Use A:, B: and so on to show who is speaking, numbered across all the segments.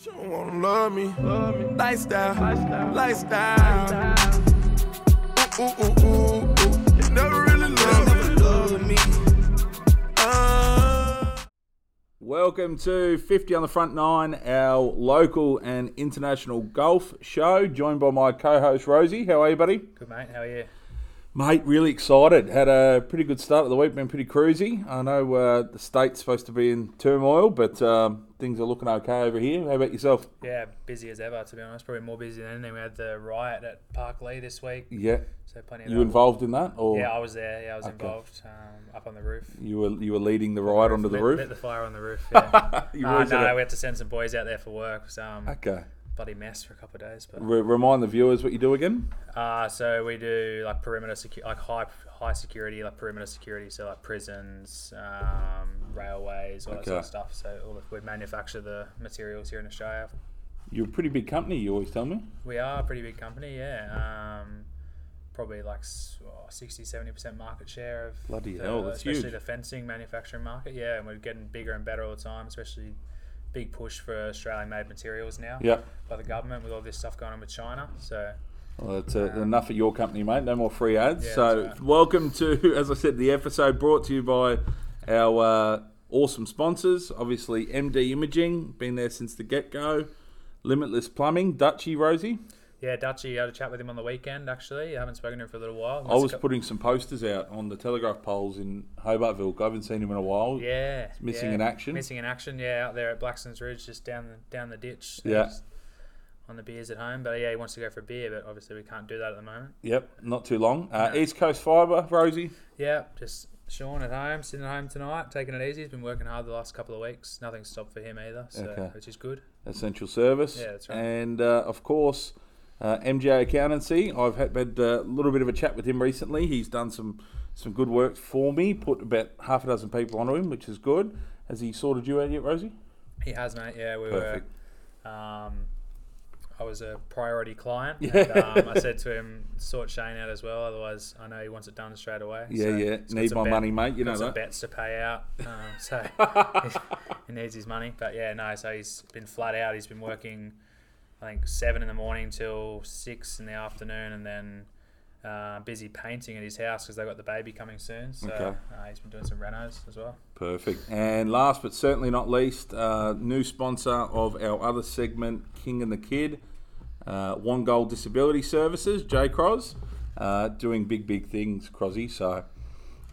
A: She don't wanna love me. Love me. Lifestyle. Lifestyle. Lifestyle. Ooh, ooh, ooh, ooh, ooh. You never really loved me. Love me. Ah.
B: Welcome to 50 on the Front Nine, our local and international golf show, joined by my co host Rosie. How are you, buddy?
C: Good mate, how are you?
B: Mate, really excited. Had a pretty good start of the week, been pretty cruisy. I know uh, the state's supposed to be in turmoil, but um, things are looking okay over here. How about yourself?
C: Yeah, busy as ever to be honest. Probably more busy than anything. We had the riot at Park Lee this week,
B: Yeah.
C: so plenty of
B: You
C: that.
B: involved in that? Or
C: Yeah, I was there. Yeah, I was involvved. Um, up on the roof.
B: you were you were leading the ride onto the
C: Lit-
B: roof?
C: Lit the fire on the roof. Yeah.
B: You
C: Ah,
B: always had
C: no,
B: a-
C: we had to send some boys out there for work. It was um,
B: Okay.
C: bloody mess for a couple of days. But
B: Re- remind the viewers what you do again.
C: uh, so we do like perimeter secu- like high high security, like perimeter security. So like prisons, um, railways, all that sort
B: Okay.
C: of stuff. So all the, we manufacture the materials here in Australia
B: You're a pretty big company, you always tell me.
C: We are a pretty big company, yeah. Um, probably like s- oh, 60 70% market share of
B: Bloody
C: the,
B: hell, that's
C: especially
B: huge.
C: the fencing manufacturing market, yeah. And we're getting bigger and better all the time, especially big push for Australian made materials now
B: Yeah.
C: by the government with all this stuff going on with China. So,
B: Well, that's uh, enough at your company, mate. No more free ads.
C: Yeah,
B: so,
C: that's right.
B: welcome to, as I said, the episode brought to you by our uh, awesome sponsors. Obviously, MD Imaging, been there since the get go. Limitless Plumbing, Dutchy Rosie.
C: yeah, Dutchy, I had a chat with him on the weekend actually. I haven't spoken to him for a little while.
B: I was putting some posters out on the telegraph poles in Hobartville. I haven't seen him in a while.
C: Yeah.
B: missing
C: yeah.
B: in action.
C: Missing in action, yeah, out there at Blackson's Ridge, just down the down the ditch. So
B: Yeah.
C: just On the beers at home, but yeah, he wants to go for a beer, but obviously we can't do that at the moment.
B: Yep, not too long. Uh, East Coast Fibre, Rosie.
C: Yeah, just Sean at home, sitting at home tonight, taking it easy. He's been working hard the last couple of weeks. Nothing's stopped for him either, so
B: Okay.
C: which is good.
B: essential service.
C: Yeah, that's right.
B: And uh, of course, uh, MJ Accountancy. I've had, had uh, a little bit of a chat with him recently. He's done some some good work for me. Put about half a dozen people onto him, which is good. Has he sorted you out yet, Rosie?
C: He has, mate. Yeah, we
B: Perfect.
C: were. Um, I was a priority client.
B: Yeah.
C: And, um, I said to him, sort Shane out as well, otherwise I know he wants it done straight away.
B: Yeah, yeah.
C: So he's got
B: Need
C: some
B: my
C: bet-
B: money, mate. You
C: got
B: know
C: some
B: that.
C: bets to pay out, um, so he needs his money. But yeah, no. So he's been flat out. He's been working, I think seven in the morning till six in the afternoon, and then uh, busy painting at his house because they got the baby coming soon. So
B: Okay.
C: uh, he's been doing some renos as well.
B: Perfect. And last but certainly not least, uh, new sponsor of our other segment, King and the Kid, uh, One Goal Disability Services, J Croz, uh, doing big, big things, Crozzy. So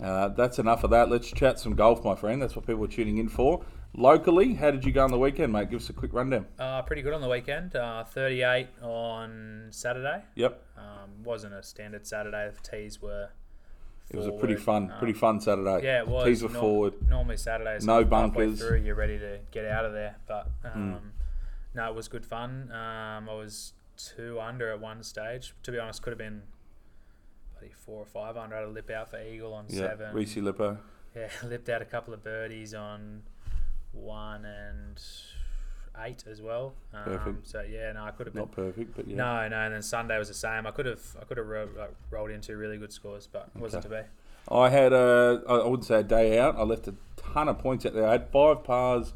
B: uh, that's enough of that. Let's chat some golf, my friend. That's what people are tuning in for. Locally, how did you go on the weekend, mate? Give us a quick rundown.
C: Uh, pretty good on the weekend. Uh, Thirty-eight on Saturday.
B: Yep.
C: Um, wasn't a standard Saturday. The tees were.
B: It was a pretty
C: forward. Um,
B: fun, pretty fun Saturday.
C: Yeah, it was.
B: Tees were
C: Nor-
B: forward.
C: Normally Saturdays,
B: No
C: halfway
B: bunkers. Hmm.
C: Through, you're ready to get out of there. But um, no, it was good fun. Um, I was two under at one stage. To be honest, could have been bloody four or five under. I had a lip out for eagle on
B: Yeah.
C: seven.
B: Reese Lippo.
C: Yeah, lipped out a couple of birdies on one and eight as well. Um,
B: Perfect.
C: So yeah, no, I could have been.
B: Not perfect, but yeah.
C: No, no, and then Sunday was the same. I could have, I could have ro- like, rolled into really good scores, but wasn't to be.
B: I had a, I I wouldn't say a day out. I left a ton of points out there. I had five pars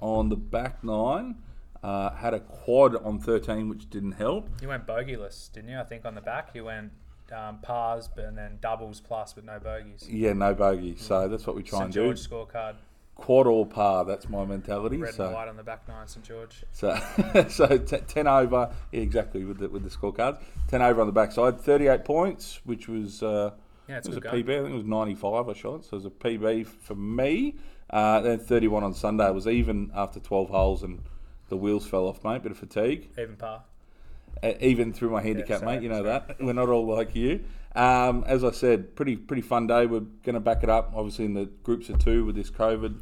B: on the back nine. Uh, had a quad on 13, which didn't help.
C: You went bogeyless, didn't you? I think on the back you went um, pars but- and then doubles plus, but no bogeys.
B: Yeah, no bogey. So that's what we try
C: St
B: and do.
C: George scorecard,
B: Quad or par. That's my mentality.
C: red
B: so
C: and white on the back nine, St George.
B: So, so t- ten over, yeah, exactly with the with the scorecards. Ten over on the backside, thirty-eight points, which was uh,
C: Yeah, it's
B: it was a
C: a good
B: PB.
C: going.
B: I think it was ninety-five. I shot, so it was a PB for me. Uh, then thirty-one on Sunday It was even after twelve holes, and the wheels fell off, mate. Bit of fatigue,
C: Even par.
B: uh, even through my handicap,
C: sorry,
B: mate. You know that we're not all like you. Um, as I said, pretty pretty fun day. We're going to back it up, obviously, in the groups of two with this COVID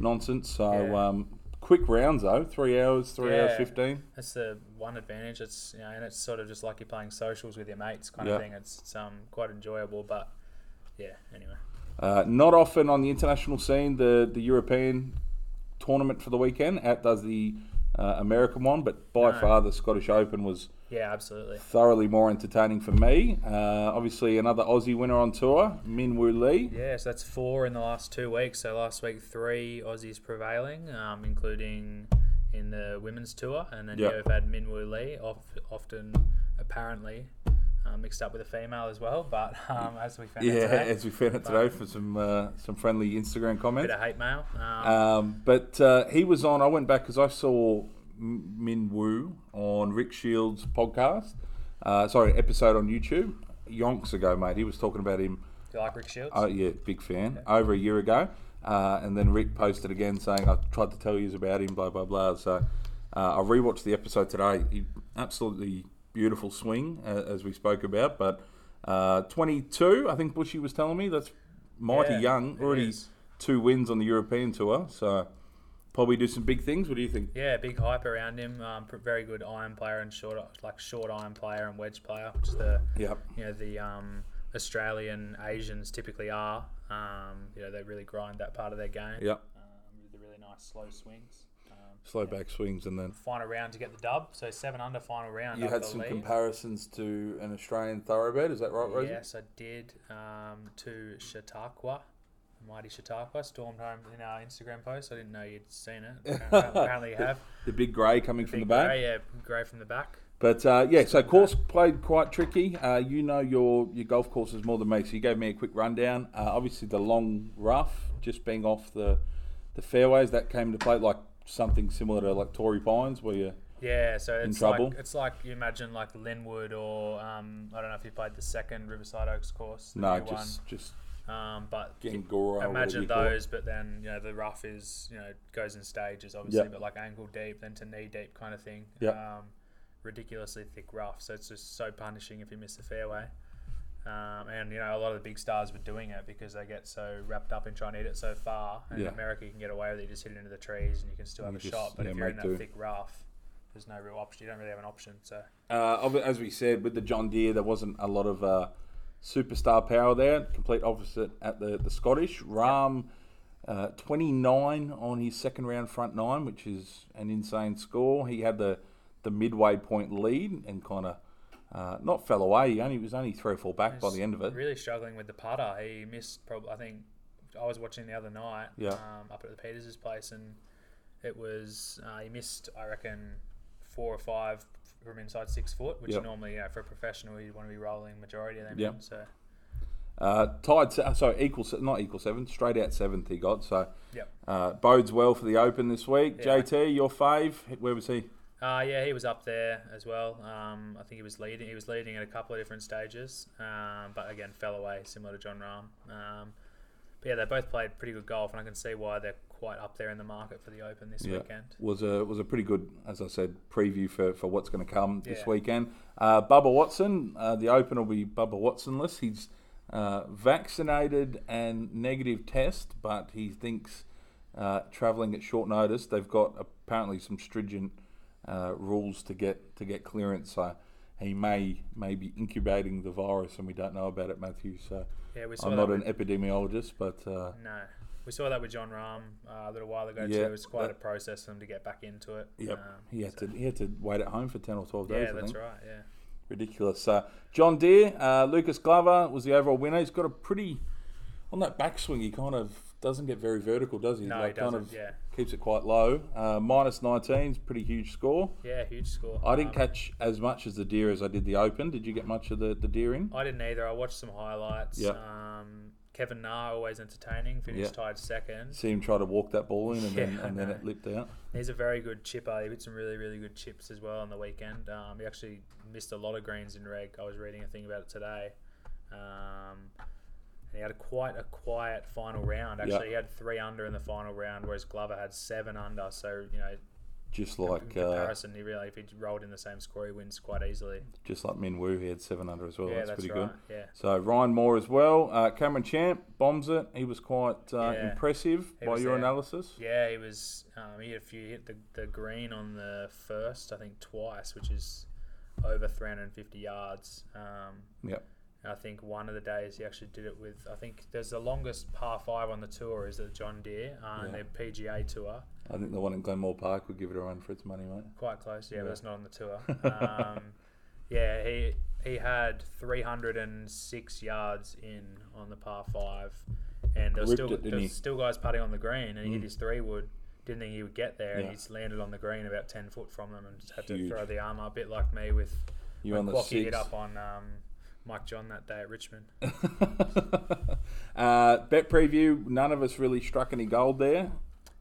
B: nonsense. So.
C: Yeah.
B: Um, Quick rounds though, three hours, three hours
C: Yeah.
B: fifteen.
C: That's the one advantage. It's you know, and it's sort of just like you're playing socials with your mates kind
B: Yeah.
C: of thing. It's, it's um quite enjoyable, but yeah. Anyway,
B: Uh, not often on the international scene, the, the European tournament for the weekend outdoes the uh, American one, but by
C: No.
B: far the Scottish Open was
C: yeah, absolutely.
B: thoroughly more entertaining for me. Uh, obviously, another Aussie winner on tour, Min Woo Lee.
C: Yeah, so that's four in the last two weeks. So last week, three Aussies prevailing, um, including in the women's tour, and then
B: Yeah.
C: you've had Min Woo Lee, of, often apparently um, mixed up with a female as well. But um, as we found
B: Yeah,
C: out today,
B: as we found out today from some uh, some friendly Instagram
C: bit
B: comments.
C: of hate mail. Um,
B: Um, but uh, he was on. I went back because I saw M- Min Woo on Rick Shields' podcast. Uh, sorry, episode on YouTube yonks ago, mate. He was talking about him.
C: do you like Rick Shields?
B: Oh yeah, big fan. Over a year ago, uh, and then Rick posted again saying, "I tried to tell you about him." Blah blah blah. So uh, I rewatched the episode today. He, absolutely beautiful swing, uh, as we spoke about. But uh, 22, I think Bushy was telling me that's mighty
C: Yeah,
B: young.
C: it
B: Already
C: is.
B: two wins on the European tour, so probably do some big things. What do you think?
C: Yeah, big hype around him. Um, pr- very good iron player and short, like short iron player and wedge player, which is the
B: Yep.
C: you know the um, Australian Asians typically are. Um, you know they really grind that part of their game.
B: Yep.
C: Um, with the really nice slow swings. Um,
B: Slow back swings and then.
C: final round to get the dub. So seven under final round.
B: You
C: I
B: had some
C: believe.
B: comparisons to an Australian thoroughbred, is that right, Rosie?
C: Yes, I did. Um, to Chautauqua, mighty Chautauqua, stormed home in our Instagram post. I didn't know you'd seen it. Apparently, apparently you have.
B: The big grey coming from the
C: Big
B: back.
C: grey, yeah, grey from the back.
B: But uh, yeah, so course played quite tricky. Uh, you know your your golf courses more than me, so you gave me a quick rundown. Uh, obviously, the long rough, just being off the the fairways, that came to play like something similar to like Torrey Pines, where you
C: Yeah, so it's
B: trouble?
C: like it's like you imagine like Linwood or um, I don't know if you played the second Riverside Oaks course. The
B: no,
C: new
B: just just
C: one. Um, but
B: Gengora. or whatever
C: imagine
B: you call it.
C: those, but then you know the rough is you know goes in stages, obviously,
B: Yeah.
C: but like ankle deep, then to knee deep kind of thing.
B: Yeah.
C: Um, ridiculously thick rough, so it's just so punishing if you miss the fairway. Um, and you know a lot of the big stars were doing it because they get so wrapped up in trying to hit it so far. And
B: Yeah.
C: in America, you can get away with it; you just hit it into the trees, and you can still have
B: You
C: a
B: just-
C: shot. But
B: yeah,
C: if you're in
B: make
C: that
B: do.
C: thick rough, there's no real option. You don't really have an option. So
B: Uh, ob- as we said, with the John Deere, there wasn't a lot of uh, superstar power there. Complete opposite at the, the Scottish. Rahm, uh, 29 on his second round front nine, which is an insane score. He had the, the midway point lead and kind of uh, not fell away. He only was only three or four back by the end of it.
C: Really struggling with the putter. He missed probably. I think I was watching the other night.
B: Yeah.
C: Um, up at the Peters' place, and it was uh, he missed. I reckon four or five from inside six foot, which
B: Yep.
C: normally you know, for a professional you'd want to be rolling majority of them.
B: Yeah.
C: in, So
B: Uh, tied, se- sorry, equal, se- not equal seventh, straight out seventh he got. So
C: yep.
B: uh, bodes well for the Open this week.
C: Yeah.
B: JT, your fave, where was he?
C: Uh, yeah, he was up there as well. Um, I think he was leading. He was leading at a couple of different stages, um, but again fell away, similar to John Rahm. Um, but yeah, they both played pretty good golf, and I can see why they're quite up there in the market for the Open this weekend.
B: Was a was a pretty good, as I said, preview for, for what's going to come this
C: Yeah.
B: weekend. Uh, Bubba Watson, uh, the Open will be Bubba Watsonless. He's uh, vaccinated and negative test, but he thinks uh, travelling at short notice. They've got apparently some stringent uh, rules to get to get clearance. So he may may be incubating the virus, and we don't know about it, Matthew. So
C: Yeah, we saw
B: I'm not
C: that with-
B: an epidemiologist, but uh,
C: No. We saw that with John Rahm uh, a little while ago
B: Yeah,
C: too. It was quite
B: that-
C: a process for him to get back into it.
B: yep,
C: Um,
B: he had to he had to wait at home for ten or twelve days.
C: yeah,
B: I
C: that's
B: think.
C: right. Yeah.
B: ridiculous. So John Deere, uh, Lucas Glover was the overall winner. He's got a pretty on that backswing. He kind of doesn't get very vertical, does he?
C: No, he
B: Kind
C: doesn't,
B: of
C: yeah.
B: keeps it quite low. Uh, minus 19 's a pretty huge score.
C: Yeah, huge score.
B: I didn't
C: Um,
B: catch as much as the deer as I did the open. Did you get much of the, the deer in?
C: I didn't either. I watched some highlights.
B: Yeah.
C: Um, Kevin Na, always entertaining, finished
B: Yeah.
C: tied second.
B: See him try to walk that ball in, and then
C: Yeah, I
B: and then
C: know.
B: it lipped out.
C: He's a very good chipper. He hit some really, really good chips as well on the weekend. Um, he actually missed a lot of greens in reg. I was reading a thing about it today. Um, and he had a quite a quiet final round. Actually, he had three under in the final round, whereas Glover had seven under. So you know,
B: Just like
C: in
B: uh,
C: comparison, he really if he rolled in the same score, he wins quite easily.
B: just like Min Woo, he had seven under as well.
C: yeah,
B: that's,
C: that's
B: pretty
C: right.
B: good.
C: Yeah,
B: So Ryan Moore as well. Uh, Cameron Champ bombs it. He was quite uh,
C: Yeah.
B: impressive
C: He
B: by
C: was
B: your
C: there.
B: analysis.
C: yeah, he was. Um, he had a few hit the, the green on the first, I think twice, which is over 350 yards. Um,
B: Yep.
C: and I think one of the days he actually did it with. I think there's the longest par five on the tour is the John Deere uh, and
B: Yeah.
C: their PGA tour.
B: I think the one in Glenmore Park would give it a run for its money, mate.
C: Quite close, yeah,
B: Yeah.
C: but it's not on the tour. Um, yeah, he he had 306 yards in on the par five, and there was
B: Ripped
C: still
B: it, didn't
C: there
B: he? Mm.
C: was still guys putting on the green, and he hit his three wood didn't think he would get there, and
B: Yeah.
C: he's landed on the green about ten foot from them, and just had to
B: Huge.
C: throw the arm up, a bit like me with
B: You
C: when
B: on the
C: Quacky hit
B: six.
C: up on um, Mike John that day at Richmond.
B: uh, bet preview. None of us really struck any gold there.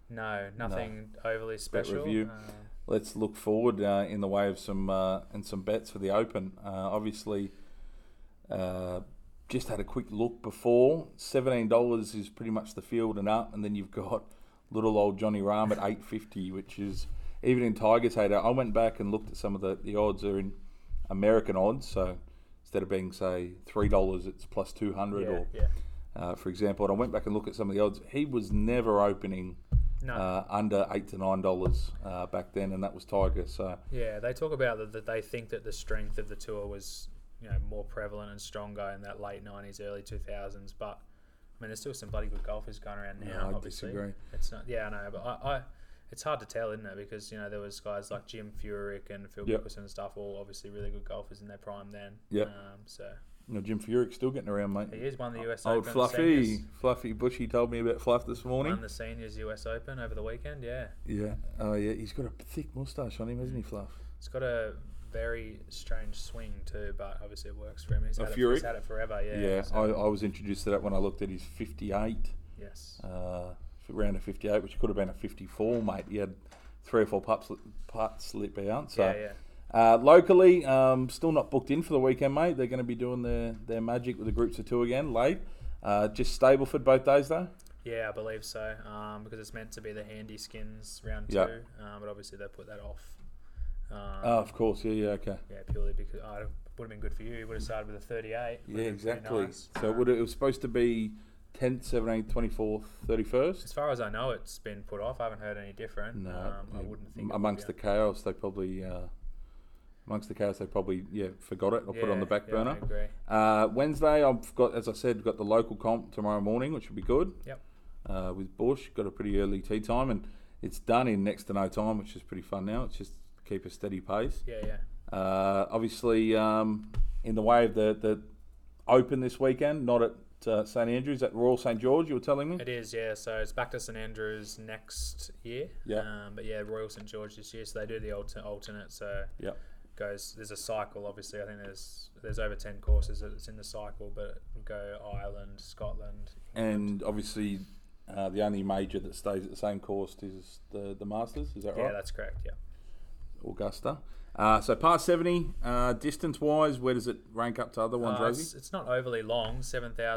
C: No, nothing overly special.
B: review.
C: Uh,
B: Let's look forward uh, in the way of some uh, and some bets for the Open. Uh, obviously, uh, just had a quick look before. Seventeen dollars is pretty much the field and up, and then you've got little old Johnny Rahm at eight fifty, which is even in Tigers hater. I went back and looked at some of the the odds are in American odds, so instead of being say three dollars, it's plus two hundred
C: yeah,
B: or.
C: yeah.
B: uh, for example, and I went back and looked at some of the odds. He was never opening
C: No.
B: uh, under eight to nine dollars uh, back then, and that was Tiger. So
C: Yeah, they talk about that, that they think that the strength of the tour was, you know, more prevalent and stronger in that late '90s, early 2000s. But I mean, there's still some bloody good golfers going around now.
B: Yeah, I
C: obviously.
B: disagree.
C: It's not. Yeah, I know, but I, I, it's hard to tell, isn't it? Because you know there was guys like Jim Furyk and Phil
B: Yep.
C: Mickelson and stuff, all obviously really good golfers in their prime then.
B: Yep.
C: Um, so
B: you know, Jim Furyk's still getting around, mate.
C: he is won the US
B: Old
C: Open.
B: Oh, Fluffy,
C: seniors-
B: Fluffy Bushy told me about Fluff this morning.
C: Won the seniors US Open over the weekend. Yeah,
B: Yeah, oh yeah, he's got a thick moustache on him, hasn't he, Fluff?
C: it's got a very strange swing too, but obviously it works for him. He's,
B: Oh,
C: had it,
B: Furyk?
C: he's had it forever. Yeah.
B: Yeah,
C: so-
B: I, I was introduced to that when I looked at his fifty-eight.
C: yes.
B: uh, round of 58, which could have been a 54, mate. He had three or four putts, putts slip out. So,
C: Yeah,
B: Uh, locally, um, still not booked in for the weekend, mate. They're going to be doing their, their magic with the groups of two again, late. Uh, just Stableford both days, though.
C: Yeah, I believe so. Um, because it's meant to be the handy skins round two,
B: Yeah.
C: um, but obviously they put that off. Um,
B: Oh, of course. Yeah, yeah, okay.
C: yeah, purely because oh, it would have been good for you. You would have started with a 38.
B: Yeah,
C: would've been pretty
B: exactly.
C: nice.
B: So it, would, it was supposed to be 10th, 17th, 24th, 31st.
C: As far as I know, it's been put off. I haven't heard any different.
B: No,
C: um, I
B: yeah,
C: wouldn't think it would
B: amongst
C: be.
B: the chaos, they probably uh, amongst the chaos, they probably yeah forgot it or put it on the
C: Yeah,
B: back
C: yeah,
B: burner.
C: I agree.
B: Uh, Wednesday, I've got, as I said, got the local comp tomorrow morning, which will be good.
C: Yep.
B: Uh, with Bush, got a pretty early tea time, and it's done in next to no time, which is pretty fun now. It's just keep a steady pace.
C: Yeah, yeah.
B: Uh, obviously, um, in the way of the, the Open this weekend, not at uh, St Andrews, at Royal St George, you were telling me.
C: It is, yeah. So it's back to St Andrews next year.
B: Yeah.
C: Um, but yeah, Royal St George this year. So they do the altern- alternate. So
B: Yeah.
C: goes there's a cycle obviously i think there's there's over 10 courses that's in the cycle but we go ireland scotland
B: And obviously, uh, the only major that stays at the same course is the, the Masters, is that
C: yeah
B: right?
C: that's correct yeah
B: Augusta. Uh, so par 70, uh, distance wise, where does it rank up to other ones,
C: Uh,
B: Rosie?
C: it's, it's not overly long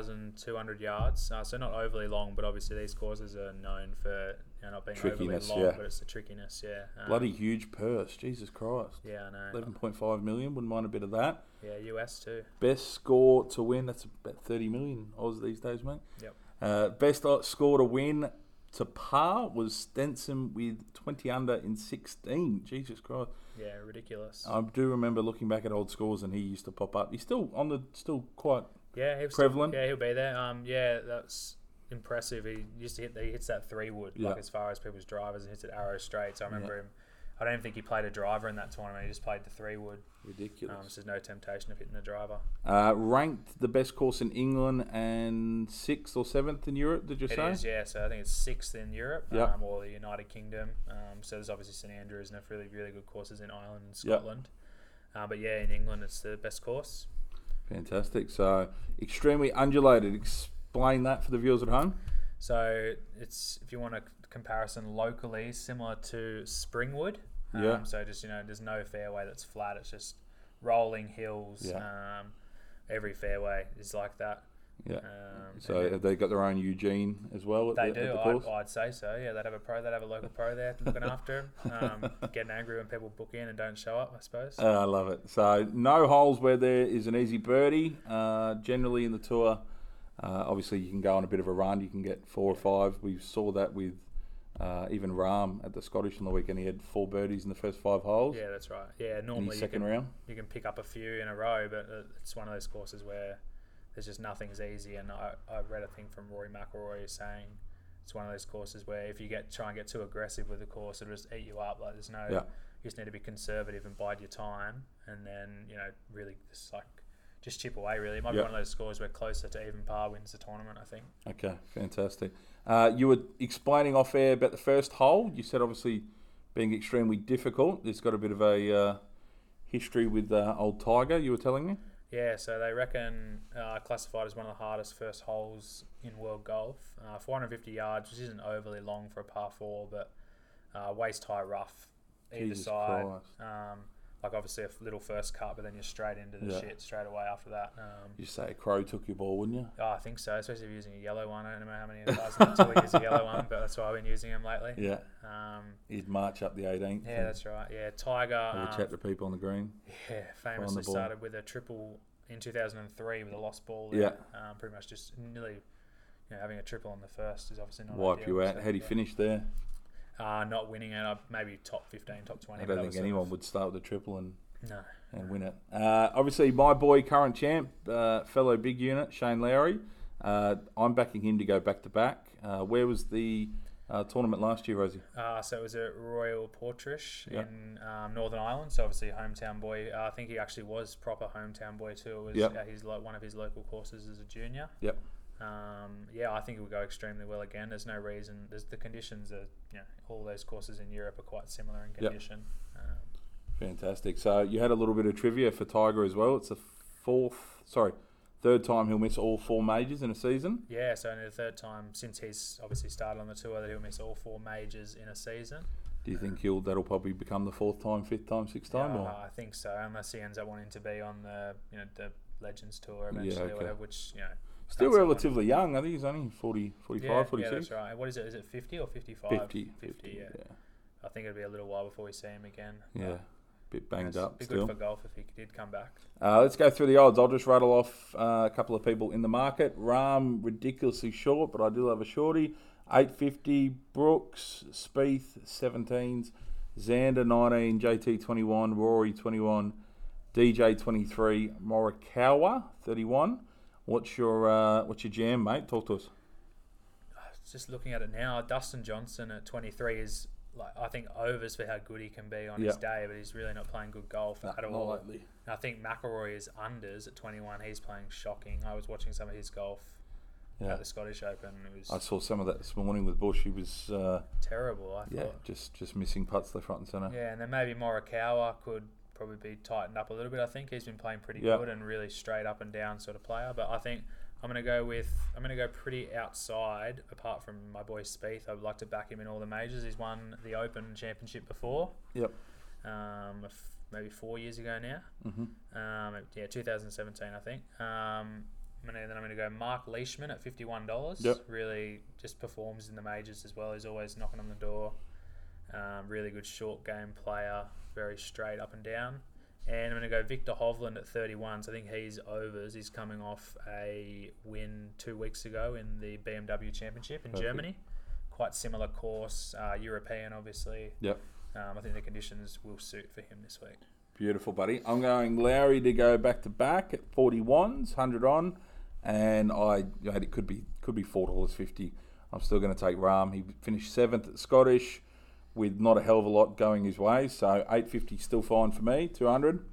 C: 7200 yards uh, so not overly long but obviously these courses are known for you know, not being overly
B: Trickiness,
C: long
B: yeah.
C: but it's the trickiness yeah um,
B: Bloody huge purse, Jesus Christ.
C: yeah i know
B: Eleven point five million, wouldn't mind a bit of that.
C: yeah us too
B: Best score to win, that's about thirty million Oz these days, mate.
C: Yep.
B: Uh, best o- score to win to par was Stenson with twenty under in sixteen. Jesus Christ.
C: yeah ridiculous
B: I do remember looking back at old scores and he used to pop up. He's still on the still quite
C: yeah he'll
B: prevalent.
C: yeah he'll be there um yeah that's impressive he used to hit he hits that three wood
B: Yeah.
C: like as far as people's drivers and hits it arrow straight so i remember him i don't even think he played a driver in that tournament he just played the three wood Um,
B: ridiculous.
C: so there's no temptation of hitting the driver.
B: Uh, ranked the best course in England and sixth or seventh in Europe, did you
C: It is,
B: say?
C: yeah. So I think it's sixth in Europe
B: Yep.
C: um, or the United Kingdom. Um, so there's obviously St Andrews and a really, really good courses in Ireland and
B: Yep.
C: Scotland. Uh, but yeah, in England, it's the best course.
B: Fantastic. So extremely undulated. Explain that for the viewers at home.
C: So it's, if you want a c- comparison locally, similar to Springwood. Um,
B: Yeah.
C: So just, you know, there's no fairway that's flat. It's just rolling hills.
B: Yeah.
C: Um, every fairway is like that.
B: Yeah.
C: Um,
B: So
C: and
B: have they got their own Eugene as well at, the,
C: They
B: at
C: do.
B: the course?
C: I'd, I'd say so. Yeah, they'd have a pro. They'd have a local pro there looking after them. Um, getting angry when people book in and don't show up. I suppose.
B: Uh, I love it. So no holes where there is an easy birdie. Uh, generally in the tour, uh, obviously you can go on a bit of a run. You can get four or five. We saw that with uh, even Rahm at the Scottish on the weekend. He had four birdies in the first five holes
C: yeah, that's right. Yeah,
B: in his
C: normally you
B: second
C: can,
B: round.
C: you can pick up a few in a row, but uh, it's one of those courses where there's just nothing's easy. And I, I read a thing from Rory McIlroy saying it's one of those courses where if you get try and get too aggressive with the course, it'll just eat you up. Like there's no,
B: Yeah.
C: you just need to be conservative and bide your time, and then you know really just like just chip away. Really, it might
B: Yep.
C: be one of those scores where closer to even par wins the tournament. I think.
B: Okay, fantastic. Uh, you were explaining off air about the first hole. You said obviously being extremely difficult. It's got a bit of a uh, history with uh, old Tiger. You were telling me.
C: Yeah, so they reckon uh, classified as one of the hardest first holes in world golf. Uh, 450 yards, which isn't overly long for a par four, but uh, waist high rough either
B: Jesus
C: side.
B: Christ.
C: Um, like obviously a f- little first cut, but then you're straight into the
B: Yeah.
C: shit straight away after that. Um,
B: You say a crow took your ball, wouldn't you?
C: oh, I think so, especially if you're using a yellow one. I don't know how many of the guys until we use a yellow one, but that's why I've been using them lately.
B: Yeah,
C: Um,
B: he'd march up the 18th.
C: yeah, that's right. Yeah, Tiger.
B: and have a
C: um,
B: chat to people on the green.
C: yeah, famously
B: ball.
C: started with a triple in 2003 with a lost ball.
B: Yeah.
C: Um, pretty much just nearly, you know, having a triple on the first is obviously not
B: Wipe
C: ideal,
B: you out.
C: so,
B: How'd he
C: yeah.
B: finish there?
C: Uh, not winning it. Uh, maybe top 15, top 20.
B: I
C: but
B: don't
C: that
B: think
C: was sort
B: anyone
C: of-
B: would start with a triple and,
C: No.
B: and win it. Uh, obviously, my boy, current champ, uh, fellow big unit, Shane Lowry. Uh, I'm backing him to go back to back. Uh, Where was the uh, tournament last year, Rosie?
C: Uh, so it was at Royal Portrish
B: Yeah.
C: in um, Northern Ireland. So obviously hometown boy. Uh, I think he actually was proper hometown boy too. It was
B: Yeah.
C: uh, his lo- one of his local courses as a junior.
B: Yep.
C: Um, yeah, I think it will go extremely well again. There's no reason. There's the conditions are, you know, all those courses in Europe are quite similar in
B: Yep.
C: condition. Um,
B: Fantastic. So you had a little bit of trivia for Tiger as well. It's the fourth, sorry, third time he'll miss all four majors in a season.
C: yeah, so in the third time since he's obviously started on the tour that he'll miss all four majors in a season.
B: Do you think he'll that'll probably become the fourth time, fifth time, sixth time?
C: Uh,
B: or?
C: I think so, unless he ends up wanting to be on the you know the Legends tour eventually,
B: okay.
C: or whatever, which you know.
B: Still
C: that's a-
B: relatively young. I think he's only 40, 45,
C: Yeah, yeah,
B: 46.
C: that's right. What is it? Is it 50 or 55?
B: 50, 50,
C: yeah.
B: yeah.
C: I think it'll be a little while before we see him again. but
B: Yeah, bit banged
C: it's-
B: up
C: be
B: still.
C: good for golf if he did come back.
B: Uh, let's go through the odds. I'll just rattle off uh, a couple of people in the market. Ram ridiculously short, but I do love a shorty. Eight fifty. Brooks Spieth seventeens. Xander nineteen. JT twenty one. Rory twenty one. DJ twenty three. Morikawa thirty one. What's your uh, what's your jam, mate? Talk to us.
C: just looking at it now, Dustin Johnson at 23 is like I think overs for how good he can be on his
B: Yeah.
C: day, but he's really not playing good golf at all.
B: lately.
C: And I think McElroy is unders at 21. He's playing shocking. I was watching some of his golf
B: Yeah.
C: at the Scottish Open. It was
B: I saw some of that this morning with Bush. He was uh,
C: terrible. I
B: yeah,
C: thought.
B: just just missing putts left, front, and centre.
C: Yeah, and then maybe Morikawa could probably be tightened up a little bit. I think he's been playing pretty
B: Yeah.
C: good and really straight up and down sort of player. But I think I'm gonna go with I'm gonna go pretty outside. Apart from my boy Spieth, I would like to back him in all the majors. He's won the Open Championship before,
B: Yep.
C: um, f- maybe four years ago now.
B: Mm-hmm.
C: Um, yeah, 2017, I think. Um, I'm gonna, then I'm going to go Mark Leishman at $51.
B: Yep.
C: Really just performs in the majors as well. He's always knocking on the door. Um, really good short game player, very straight up and down. And I'm going to go Victor Hovland at 31. So I think he's overs. He's coming off a win two weeks ago in the BMW Championship in
B: Perfect.
C: Germany. Quite similar course, uh, European, obviously.
B: Yep.
C: Um, I think the conditions will suit for him this week.
B: Beautiful, buddy. I'm going Lowry to go back to back at 41s, 100 on, and I and it could be could be four dollars fifty. I'm still going to take Ram. He finished seventh at Scottish, with not a hell of a lot going his way. So 850 still fine for me. 200.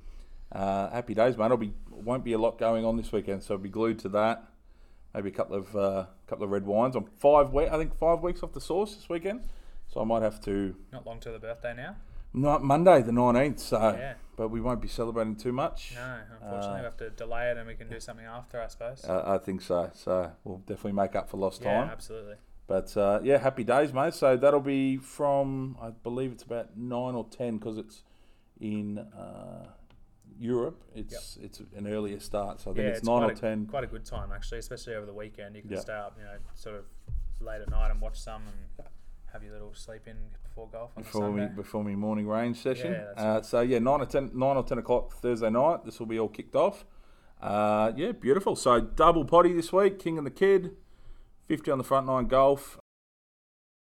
B: Uh, happy days, mate. I'll be won't be a lot going on this weekend, so I'll be glued to that. Maybe a couple of uh, couple of red wines. I'm five we- I think five weeks off the sauce this weekend, so I might have to
C: Not long till the birthday now.
B: not Monday the 19th. So
C: Yeah.
B: but we won't be celebrating too much.
C: No, unfortunately, we have to delay it, and we can do something after, I suppose.
B: Uh, I think so. So we'll definitely make up for lost
C: yeah,
B: time.
C: absolutely.
B: But uh, yeah, happy days, mate. So that'll be from I believe it's about nine or ten because it's in uh, Europe. It's it's an earlier start, so I think
C: yeah,
B: it's, nine or
C: quite a,
B: ten.
C: Quite a good time, actually, especially over the weekend. You can
B: Yeah.
C: stay up, you know, sort of late at night and watch some, and have your little sleep in before golf on
B: Before
C: Sunday.
B: me, before me morning range session.
C: Yeah, that's
B: uh, So yeah, nine or ten, nine or ten o'clock Thursday night. This will be all kicked off. Uh, yeah, beautiful. So double potty this week. King and the kid, fifty on the front nine golf.